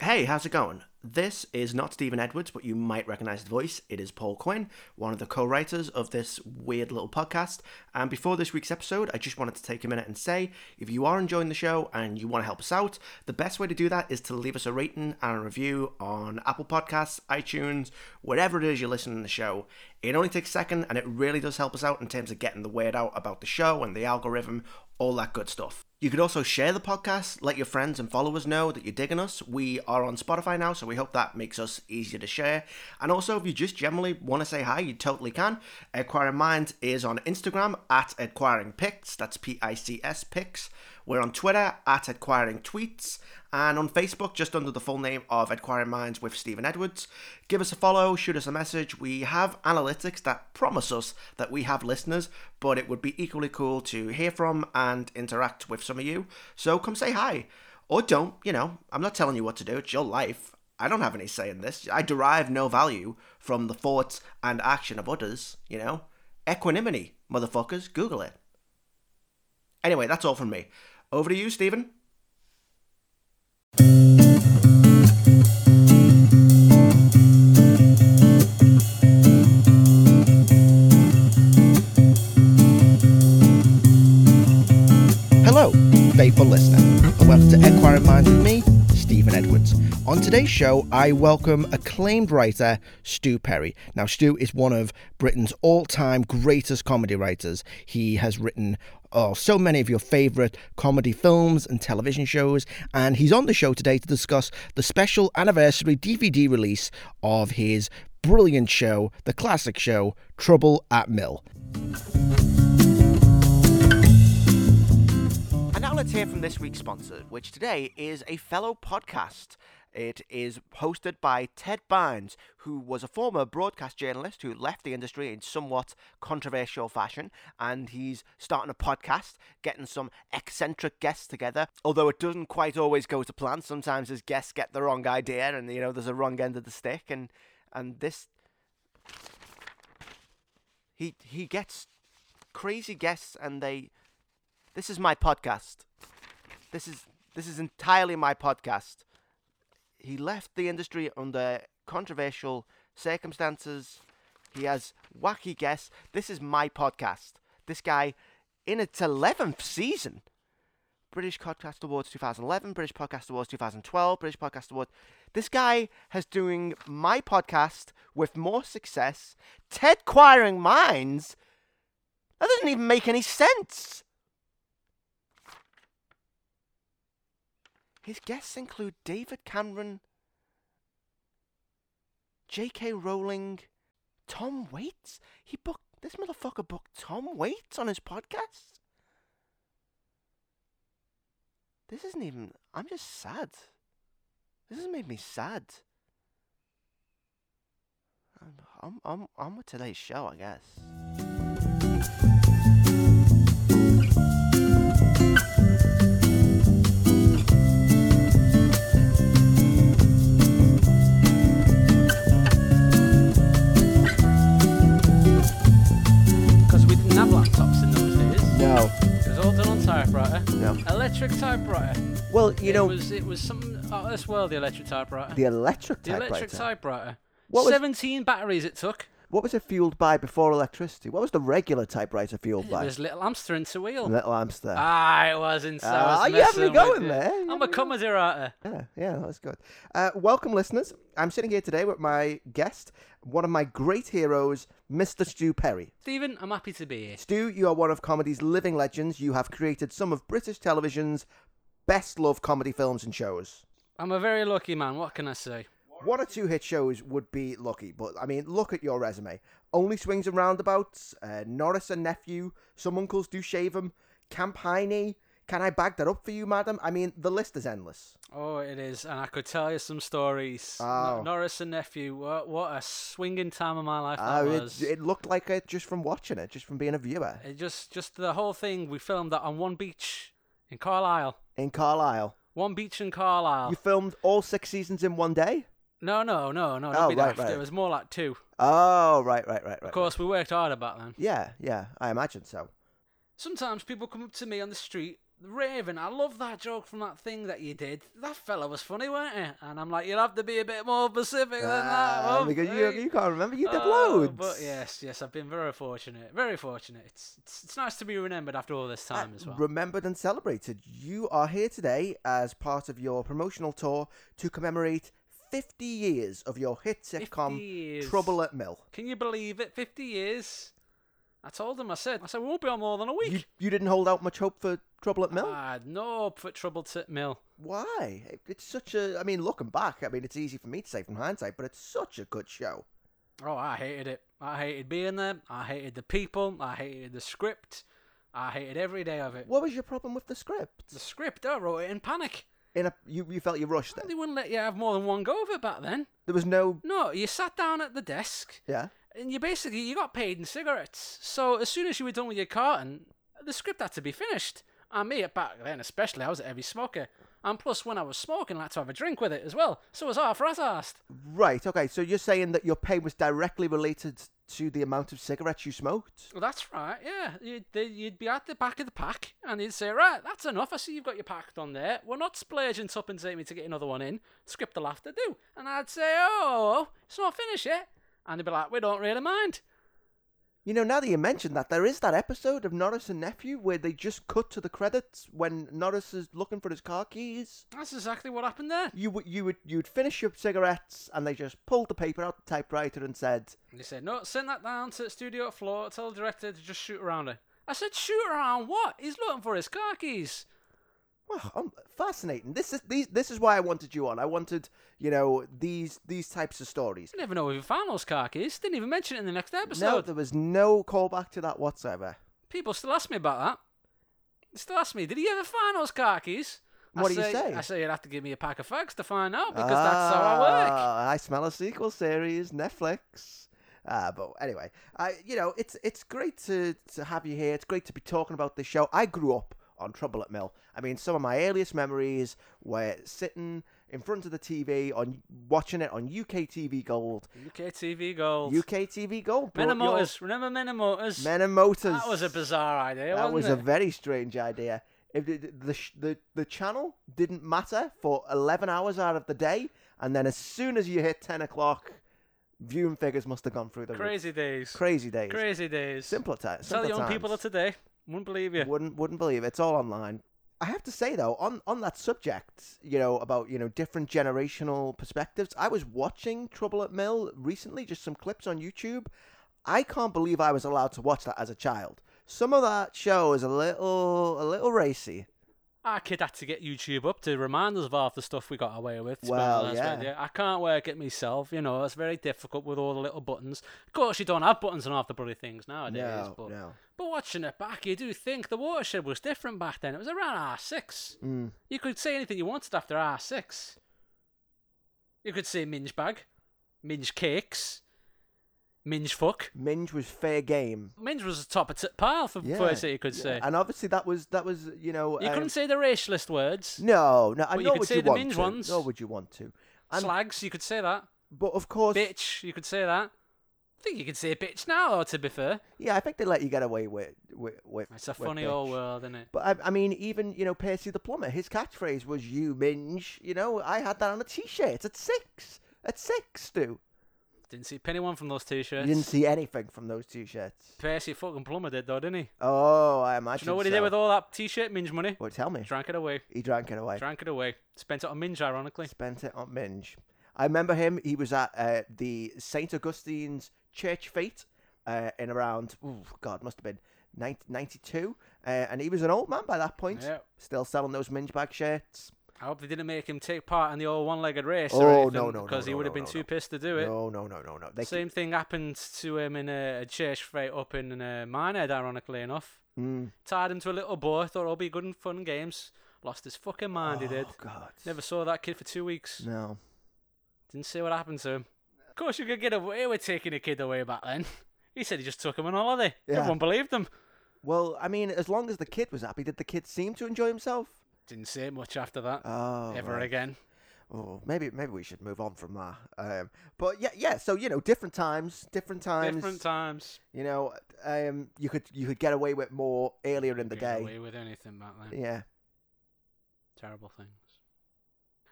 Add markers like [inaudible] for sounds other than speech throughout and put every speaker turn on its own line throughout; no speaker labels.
Hey, how's it going? This is not Stephen Edwards, but you might recognize the voice. It is Paul Quinn, one of the co writers of this weird little podcast. And before this week's episode, I just wanted to take a minute and say if you are enjoying the show and you want to help us out, the best way to do that is to leave us a rating and a review on Apple Podcasts, iTunes, wherever it is you're listening to the show. It only takes a second and it really does help us out in terms of getting the word out about the show and the algorithm, all that good stuff. You could also share the podcast, let your friends and followers know that you're digging us. We are on Spotify now, so we hope that makes us easier to share. And also, if you just generally want to say hi, you totally can. Acquiring Mind is on Instagram at Acquiring Pics, that's P I C S Pics. We're on Twitter at Acquiring Tweets and on Facebook just under the full name of Acquiring Minds with Stephen Edwards. Give us a follow, shoot us a message. We have analytics that promise us that we have listeners, but it would be equally cool to hear from and interact with some of you. So come say hi. Or don't, you know, I'm not telling you what to do, it's your life. I don't have any say in this. I derive no value from the thoughts and action of others, you know. Equanimity, motherfuckers, Google it. Anyway, that's all from me. Over to you, Stephen. Hello, faithful listener, and welcome to Equine Minds with me, Stephen Edwards. On today's show, I welcome acclaimed writer Stu Perry. Now, Stu is one of Britain's all time greatest comedy writers. He has written oh, so many of your favourite comedy films and television shows, and he's on the show today to discuss the special anniversary DVD release of his brilliant show, the classic show, Trouble at Mill. And now let's hear from this week's sponsor, which today is a fellow podcast. It is hosted by Ted Barnes, who was a former broadcast journalist who left the industry in somewhat controversial fashion. And he's starting a podcast, getting some eccentric guests together. Although it doesn't quite always go to plan. Sometimes his guests get the wrong idea, and you know there's a wrong end of the stick. And and this, he he gets crazy guests, and they this is my podcast. This is this is entirely my podcast. He left the industry under controversial circumstances. He has wacky guests. This is my podcast. This guy in its 11th season. British Podcast Awards 2011, British Podcast Awards 2012, British Podcast Awards. This guy has doing my podcast with more success. Ted Quiring Minds. That doesn't even make any sense. His guests include David Cameron, J.K. Rowling, Tom Waits. He booked this motherfucker booked Tom Waits on his podcast. This isn't even. I'm just sad. This has made me sad. I'm I'm I'm, I'm with today's show, I guess.
Because we didn't have laptops in those days.
No,
It was all done on typewriter.
no.
Electric typewriter.
Well, you know
it was it was some out of this world. The electric typewriter.
The electric
The
typewriter.
electric typewriter.
What was-
Seventeen batteries it took.
what was it fueled by before electricity? What was the regular typewriter fueled
It
by?
was little hamster into wheel.
Little hamster.
Ah, it wasn't. so I
Ah,
was
you having me
messing with
going
you.
there? You
I'm
having
a
me
comedy writer.
Yeah, yeah, that's good. Uh, welcome, listeners. I'm sitting here today with my guest, one of my great heroes, Mr. Stu Perry.
Stephen, I'm happy to be here.
Stu, you are one of comedy's living legends. You have created some of British television's best loved comedy films and shows.
I'm a very lucky man. What can I say?
One or two hit shows would be lucky, but I mean, look at your resume. Only Swings and Roundabouts, uh, Norris and Nephew, Some Uncles Do Shave 'Em, Camp Heine. Can I bag that up for you, madam? I mean, the list is endless.
Oh, it is, and I could tell you some stories. No-
Oh.
Norris and nephew. What, what a swinging time of my life that
Uh,
was.
it, it looked like it just from watching it, just from being a viewer
It Uh, just just the whole thing. We filmed that on one beach in Carlisle.
in Carlisle.
One beach in Carlisle.
You filmed all six seasons in one day?
No, no, no, no. Don't
Oh,
be
right,
daft. It
right.
was more like two.
Uh,
Oh, right, right, right,
Of
right.
course, we worked hard about them.
Yeah, yeah, I imagine so.
Sometimes people come up to me on the street Raven, I love that joke from that thing that you did. That fella was funny, weren't he? And I'm like, you'll have to be a bit more specific than that.
Ah,
Oh
love,
because
eh?"
you, you can't remember. You did
Oh,
loads.
But yes, yes, I've been very fortunate. Very fortunate. It's it's, it's nice to be remembered after all
Uh,
this time as well.
Remembered and celebrated. You are here today as part of your promotional tour to commemorate 50 years of your hit
50
sitcom
years.
Trouble at Mill.
Can you believe it? 50 years. I told him, I said, I said, we won't be on more than a week.
You, you didn't hold out much hope for Trouble at Mill?
I had no hope for trouble to mill.
Why? It- It's such a. I mean, looking back, I mean, it's easy for me to say from hindsight, but it's such a good show.
Oh, I hated it. I hated being there. I hated the people. I hated the script. I hated every day of it.
What was your problem with the script?
The script, I wrote it in panic.
In a, you, you felt you rushed it.
They wouldn't let you have more than one go of it back then.
There was no.
No, you sat down at the desk
Yeah.
and you basically you got paid in cigarettes. So as soon as you were done with your carton, the script had to be finished. And me back then, especially, I was a heavy smoker. And plus, when I was smoking, I had to have a drink with it as well. So it was half rat assed.
Right. Okay. So you're saying that your pay was directly related to the amount of cigarettes you smoked?
Well, that's right, yeah. You'd, they- you'd be at the back of the pack, and you'd say, Right, that's enough. I see you've got your pack done there. We're not splurging tuppence at me to get another one in. Script the laughter, do. And I'd say, Oh, it's not finished yet. And they'd be like, We don't really mind.
You know, now that you mention that, there is that episode of Norris and Nephew where they just cut to the credits when Norris is looking for his car keys.
That's exactly what happened there.
You would you would you'd finish your cigarettes and they just pulled the paper out the typewriter and said,
And they said, No, send that down to the studio floor. Tell the director to just shoot around her. I said, Shoot around what? He's looking for his car keys.
Wow, um, fascinating. This is these. This is why I wanted you on. I wanted, you know, these these types of stories.
You never know if you found those car keys. Didn't even mention it in the next
No,
episode.
there was no callback to that whatsoever.
People still ask me about that. They still ask me, did he ever find those car keys? I
What do you say?
I say you'd have to give me a pack of fags to find out because that's how I work.
Ah, I smell a sequel series, Netflix. Uh, but anyway, I you know it's it's great to to have you here. It's great to be talking about this show. I grew up on Trouble at Mill. I mean, some of my earliest memories were sitting in front of the TV on watching it on UK TV Gold.
UK TV Gold.
UK TV Gold.
Men and
brought your-
Motors. Remember Men and Motors?
Men and Motors.
that was a bizarre idea,
That
wasn't
was
it?
a very strange idea. If the the, sh- the the channel didn't matter for eleven hours out of the day, and then as soon as you hit ten o'clock, viewing figures must have gone through the roof.
Crazy days.
crazy days,
Crazy days.
simpler times.
Tell young people of today. Wouldn't believe you.
wouldn't wouldn't believe it. it's all online. I have to say though, on on that subject, you know about you know different generational perspectives. I was watching Trouble at Mill recently, just some clips on YouTube. I can't believe I was allowed to watch that as a child. Some of that show is a little a little racy.
Our kid had to get YouTube up to remind us of half the stuff we got away with. to be
Well,
honest with
yeah.
you. I can't work it myself. You know, it's very difficult with all the little buttons. Of course, you don't have buttons on half the bloody things nowadays.
No,
but
no.
But watching it back, you do think the watershed was different back then. It was around R6.
Mm.
You could say anything you wanted after R6. You could say minge bag, minge cakes, minge fuck.
Minge was fair game.
Minge was the top of t- pile for
Yeah,
words that you could
yeah.
say.
and obviously that was that was you know
You
um,
couldn't say the racialist words.
no no.
But you
nor
could
would
say
you
the
want
minge
to.
ones.
Nor would you want to. And,
Slags, you could say that.
but of course,
Bitch, you could say that. I think you could say bitch now, though, to be fair.
yeah, I think they let you get away with with. with
It's a
with
funny
bitch.
old world, isn't it?
But I, I mean, even you know, Percy the plumber, his catchphrase was "You minge." You know, I had that on a t-shirt at six. At six, Stu.
Didn't see penny one from those t
You
shirts.
didn't see anything from those t-shirts.
Percy fucking Plumber did, though, didn't he?
Oh, I
Do
imagine.
you know what he
so.
did with all that t shirt minge money?
Well, tell me.
Drank it away.
He drank it away.
Drank it away. Spent it on Minge, ironically.
Spent it on minge. I remember him. He was at uh, the Saint Augustine's Church Fete uh, in around. Ooh, God, must have been 90, 92. Uh, and he was an old man by that point.
Yeah.
Still selling those minge bag shirts.
I hope they didn't make him take part in the old one-legged race
Oh,
or
no,
anything,
no, no,
because he
no,
would have
no,
been
no,
too
no.
pissed to do it.
No, no, no, no, no. They
Same thing happened to him in a, a church fight up in uh, Minehead, ironically enough.
Mm.
Tied him to a little board, thought it'll be good and fun and games. Lost his fucking mind, he did.
Oh, God.
Never saw that kid for two weeks.
No.
Didn't see what happened to him. Of course, you could get away with taking a kid away back then. [laughs] He said he just took him on holiday.
Yeah.
Everyone believed him.
Well, I mean, as long as the kid was happy, did the kid seem to enjoy himself?
Didn't say much after that
Oh,
ever
right.
again.
Oh, maybe maybe we should move on from that. Um, but yeah, yeah. So you know, different times, different times.
Different times.
You know, um, you could you could get away with more earlier in the
Get
day.
away with anything back then.
Yeah,
Terrible things.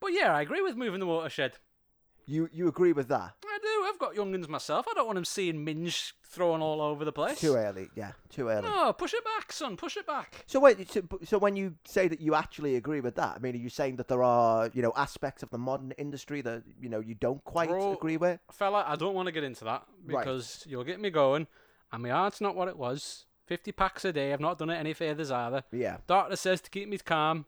But yeah, I agree with moving the watershed.
you you agree with that?
I do. I've got youngins myself. I don't want them seeing minge thrown all over the place.
Too early. Yeah, too early.
No, push it back, son. Push it back.
So wait, so, but- so when you say that you actually agree with that, I mean, are you saying that there are you know aspects of the modern industry that you know you don't quite
Bro-
agree with?
Fella, I don't want to get into that
Right.
because you'll get me going, and my heart's not what it was. 50 packs a day. I've not done it any furthers either.
Yeah.
Doctor says to keep me calm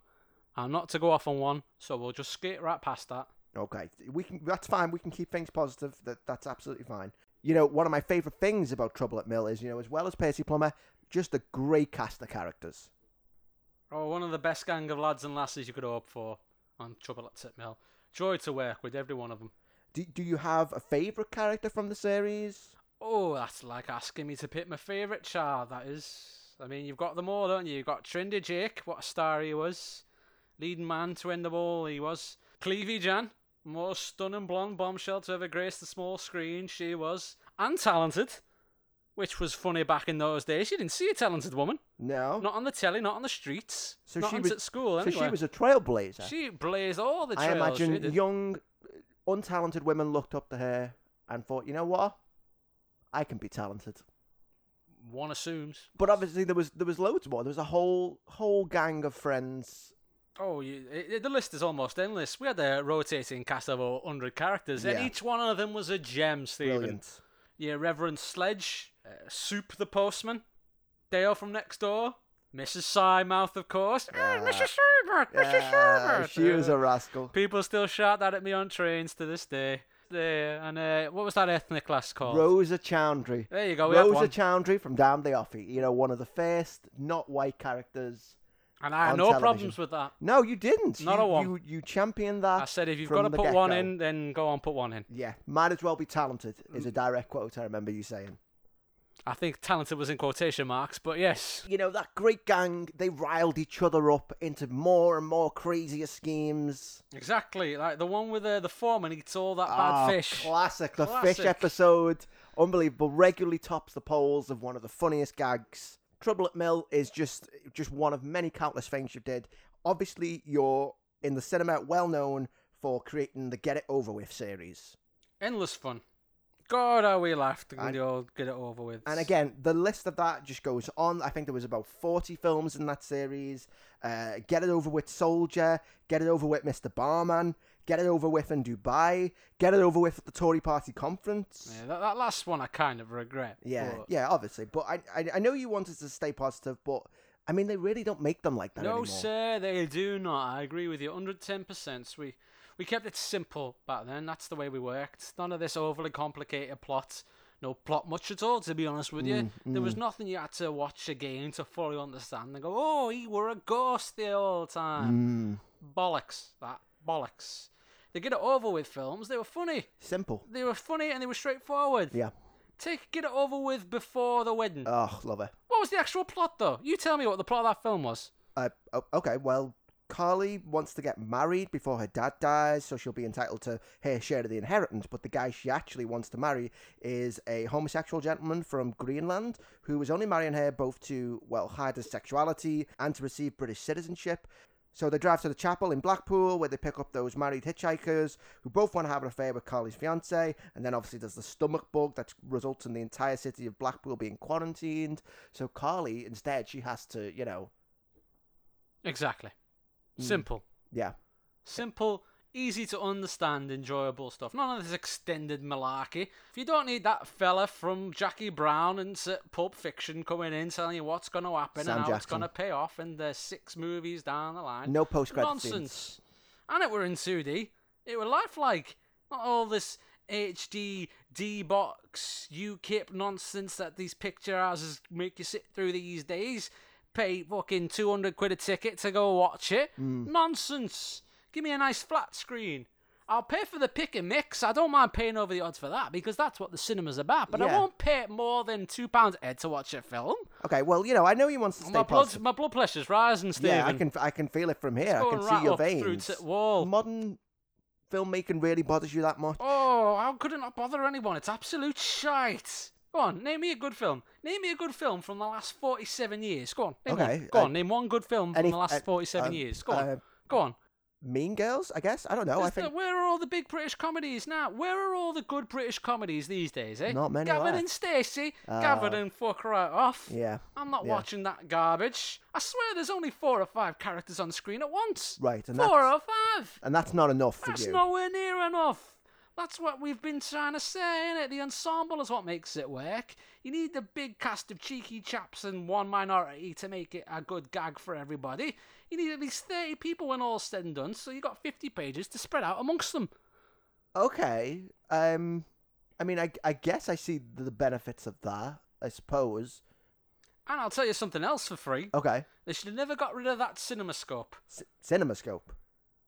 and not to go off on one, so we'll just skate right past that.
Okay, we can. That's fine. We can keep things positive. That that's absolutely fine. You know, one of my favorite things about Trouble at Mill is you know, as well as Percy Plummer, just a great cast of characters.
Oh, one of the best gang of lads and lasses you could hope for on Trouble at Tit Mill. Joy to work with every one of them.
Do, do you have a favorite character from the series?
Oh, that's like asking me to pick my favourite child, that is. I mean, you've got them all, don't you? You've got Trinder Jake, what a star he was. Leading man to end the ball, he was. Cleavy Jan, most stunning blonde bombshell to ever grace the small screen, she was. And talented, which was funny back in those days. You didn't see a talented woman.
No.
Not on the telly, not on the streets.
so
not
she
on
was
at school,
So
anyway.
she was a trailblazer.
She blazed all the
I
trails. she
imagine
did.
young, untalented women looked up to her and thought, you know what, I can be talented.
One assumes.
But obviously, there was there was loads more. There was a whole whole gang of friends.
Oh, you, i i- the list is almost endless. We had a rotating cast of over 100 characters, and
Yeah.
each one of them was a gem, Stephen.
Brilliant.
Yeah, Reverend Sledge, uh, Soup the Postman, Dale from Next Door, Mrs. Symouth, of course.
Ah.
Ah, Mrs. Symouth, Mrs.
Ah,
Symouth.
she was a rascal.
Uh, People still shout that at me on trains to this day. Yeah, and uh, what was that ethnic class called?
Rosa Chowdhury.
there you go, we had
Rosa
one.
Chowdhury from Damn the Offie. You know, one of the first not white characters.
and I had
on
no
television.
problems with that.
No, you didn't.
Not
you,
a one.
You, you championed that.
I said, if you've
from
got to
the
put one
get-go.
in, then go on, put one in.
Yeah, might as well be talented,
Mm.
is a direct quote I remember you saying.
I think talented was in quotation marks, but yes.
You know, that great gang, they riled each other up into more and more crazier schemes.
Exactly, like the one with the the foreman eats all that bad
Ah,
fish.
Classic. The fish
Classic.
episode. Unbelievable. Regularly tops the polls of one of the funniest gags. Trouble at Mill is just just one of many countless things you did. Obviously, you're in the cinema well known for creating the Get It Over With series.
Endless fun. God, how we laughed when
And-
they all get it over with.
And again, the list of that just goes on. I think there was about 40 films in that series. Uh, Get It Over With Soldier, Get It Over With Mr. Barman, Get It Over With in Dubai, Get It Over With at the Tory Party Conference.
yeah, that, that last one I kind of regret.
Yeah,
but-
yeah, obviously. But I, I, I know you wanted to stay positive, but I mean, they really don't make them like that
No,
anymore.
sir, they do not. I agree with you, 110%. We we kept it simple back then. That's the way we worked. None of this overly complicated plot. No plot much at all, to be honest with you.
Mm,
There was nothing you had to watch again to fully understand and go, oh, he were a ghost the whole time.
Mm.
Bollocks, that. Bollocks. They get it over with films. They were funny.
Simple.
They were funny and they were straightforward.
Yeah.
Take Get It Over With before the wedding.
Oh, love it.
what was the actual plot, though? You tell me what the plot of that film was.
Uh, o- okay, well, Carly wants to get married before her dad dies, so she'll be entitled to her share of the inheritance. But the guy she actually wants to marry is a homosexual gentleman from Greenland who was only marrying her both to, well, hide his sexuality and to receive British citizenship. So they drive to the chapel in Blackpool where they pick up those married hitchhikers who both want to have an affair with Carly's fiance. And then obviously there's the stomach bug that results in the entire city of Blackpool being quarantined. So Carly, instead, she has to, you know,
Exactly.
Mm.
Simple.
yeah.
Simple, easy to understand, enjoyable stuff. None of this extended malarkey. If you don't need that fella from Jackie Brown and s- Pulp Fiction coming in telling you what's going to happen
Sam
and how it's
Jackson.
going to pay off in the six movies down the line.
No post-credit
Nonsense. And it were in 2D. It were lifelike. Not all this HD, D-Box, UKIP nonsense that these picture houses make you sit through these days. Pay fucking 200 quid a ticket to go watch it.
Mm.
Nonsense. Give me a nice flat screen. I'll pay for the pick and mix. I don't mind paying over the odds for that because that's what the cinema's about. But I
Yeah.
won't pay more than £2 Ed to watch a film.
Okay, well, you know, I know he wants to stay
My blood,
positive.
my blood pressure's rising, Stephen.
yeah, I can, I can feel it from here. I
Go
can
and
see
right
your
up through
veins.
to the wall.
Modern filmmaking really bothers you that much.
Oh, how could it not bother anyone? It's absolute shite. Go on, name me a good film. Name me a good film from the last 47 years. Go on, name
Okay,
one. Go
uh,
on, name one good film from
Any-
the last
uh,
47
um,
years. Go on,
uh,
go on.
mean Girls, I guess. I don't know. I
Is the-
think
where are all the big British comedies now? Where are all the good British comedies these days, eh?
Not many
Gavin
left. Uh,
and Stacey. Gavin and fuck right off.
yeah.
I'm not
yeah.
watching that garbage. I swear there's only four or five characters on screen at once.
Right, and
four
that's-
or five.
And that's not enough for
That's
you.
nowhere near enough. That's what we've been trying to say, innit? The ensemble is what makes it work. You need the big cast of cheeky chaps and one minority to make it a good gag for everybody. You need at least 30 people when all's said and done, so you got 50 pages to spread out amongst them.
Okay. Um, I mean, I, I guess I see the benefits of that. I suppose.
And I'll tell you something else for free.
Okay.
They should have never got rid of that CinemaScope.
C- CinemaScope.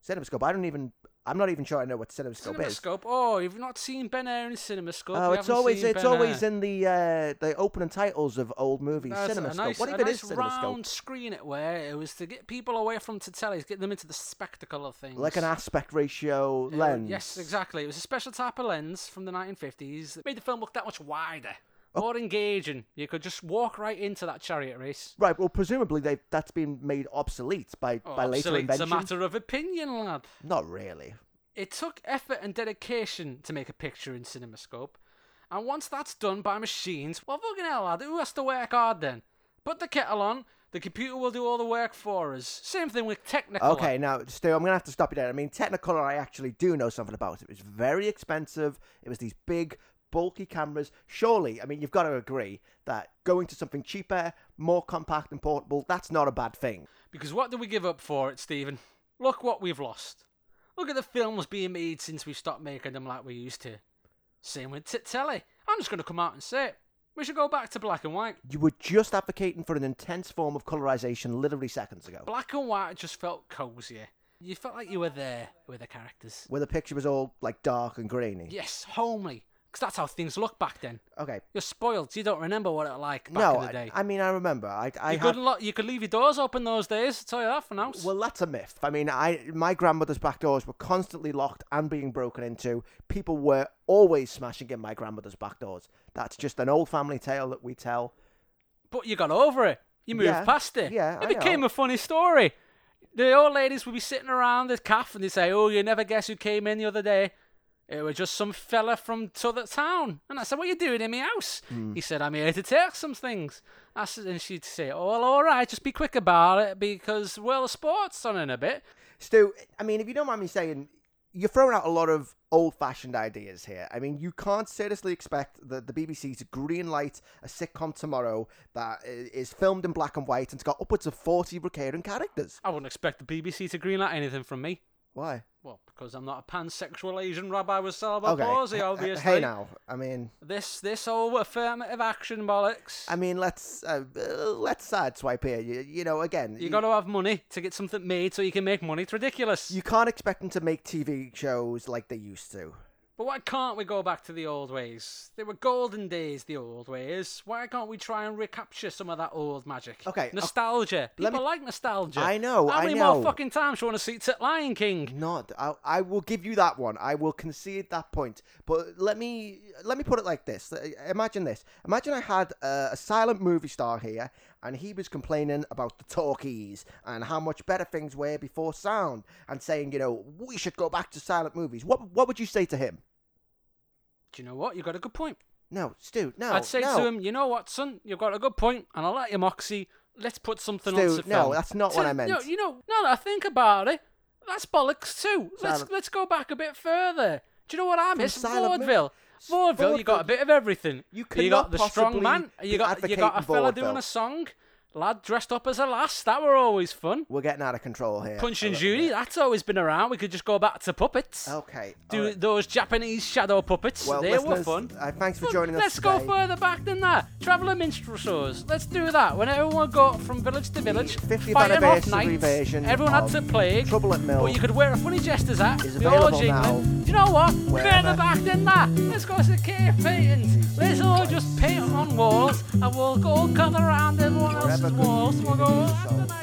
CinemaScope. I don't even. I'm not even sure I know what CinemaScope, is.
CinemaScope? Oh, you've not seen Ben Air in CinemaScope.
Oh,
You
it's
haven't
always
seen
it's
Ben
always
Air.
in the uh, the opening titles of old movies.
That's
CinemaScope.
A nice,
what
a
even
nice
is CinemaScope?
round screen it where it was to get people away from to tellies, get them into the spectacle of things.
Like an aspect ratio
It-
lens.
uh, Yes, exactly. It was a special type of lens from the 1950s that made the film look that much wider,
Oh.
more engaging. You could just walk right into that chariot race.
Right. Well, presumably they that's been made obsolete by
Oh,
by later
obsolete. It's a
invention.
matter of opinion, lad.
Not really.
It took effort and dedication to make a picture in CinemaScope, and once that's done by machines, well, fucking hell, lad, who has to work hard then? Put the kettle on. The computer will do all the work for us. Same thing with Technicolor.
Okay, now, Stu, I'm going to have to stop you there. I mean, Technicolor, I actually do know something about. It was very expensive. It was these big, bulky cameras. Surely, I mean, you've got to agree that going to something cheaper, more compact and portable, that's not a bad thing.
Because what do we give up for it, Stephen? Look what we've lost. Look at the films being made since we stopped making them like we used to. Same with t- telly. I'm just going to come out and say it. We should go back to black and white.
You were just advocating for an intense form of colorization literally seconds ago,
Black and white just felt cozier. You felt like you were there with the characters.
where the picture was all, like, dark and grainy.
Yes, homely. Because that's how things look back then.
Okay.
You're spoiled. You don't remember what it like back
no,
in the
I,
day.
I mean, I remember. I, I
you,
had...
couldn't lo- you could leave your doors open those days. I'll tell you that for now.
Well, that's a myth. I mean, I my grandmother's back doors were constantly locked and being broken into. People were always smashing in my grandmother's back doors. That's just an old family tale that we tell.
But you got over it. You moved
Yeah,
past it.
yeah,
it
I
became
know.
a funny story. The old ladies would be sitting around the calf and they say, "Oh, you never guess who came in the other day. It was just some fella from t'other town." And I said, "What are you doing in my house?"
Hmm.
He said, "I'm here to take some things." I said, and she'd say, "Oh, well, all right, just be quick about it because World of Sports on in a bit."
Stu, I mean, if you don't mind me saying, you're throwing out a lot of old-fashioned ideas here. I mean, you can't seriously expect the, the BBC to greenlight a sitcom tomorrow that i- is filmed in black and white and it's got upwards of 40 recurring characters.
I wouldn't expect the BBC to greenlight anything from me.
Why?
Well, because I'm not a pansexual Asian rabbi with cerebral
Okay.
palsy,
h- h-
obviously.
Hey now, I mean...
This this whole affirmative action bollocks.
I mean, let's uh, uh, let's sideswipe here. You, you know, again,
You got to have money to get something made so you can make money. It's ridiculous.
you can't expect them to make TV shows like they used to.
But why can't we go back to the old ways? They were golden days, the old ways. Why can't we try and recapture some of that old magic?
Okay, o-
Nostalgia.
let
People
me-
like nostalgia.
I know,
How
I
many
know.
more fucking times do you want to see Tit Lion King?
Not, I, I will give you that one. I will concede that point. But let me let me put it like this. Uh, Imagine this. Imagine I had a, a silent movie star here, and he was complaining about the talkies and how much better things were before sound, and saying, you know, we should go back to silent movies. What what would you say to him?
Do you know what? You got a good point.
No, Stu. No,
I'd say
no.
to him, you know what, son? You've got a good point, and I'll let you moxie. Let's put something
Stu,
on to
no,
film.
that's not
To-
what I meant.
No, you know, now that I think about it, that's bollocks too. Let's
Silent-
let's go back a bit further. Do you know what I miss?
silent mo-
Vaudeville.
S-
Vaudeville, you got a
vaudeville.
bit of everything.
You
got
cannot
the strong
possibly
man.
be
You got you got a
advocating
fella doing
vaudeville.
a song. Lad dressed up as a lass. That were always fun.
We're getting out of control here.
Punch
a
and
little
Judy.
bit.
That's always been around. We could just go back to puppets.
Okay. Oh, all
Do
right.
those Japanese shadow puppets?
Well,
they were
listeners,
fun.
Uh, thanks for
Look,
joining us.
Let's
today.
go further back than that. Traveller minstrel shows. Let's do that. When everyone got from village to village,
50th
fighting off
anniversary
knights,
version
everyone had
of
to play.
Trouble at Mill
But you could wear a funny jester's hat.
is
be all
available
jingling.
now.
You know what? Further
Wherever.
back than that. Let's go to the cave paintings. Let's all just paint on walls, and we'll all gather around everyone else's
Wherever
walls. We'll go
community
around
soul.
the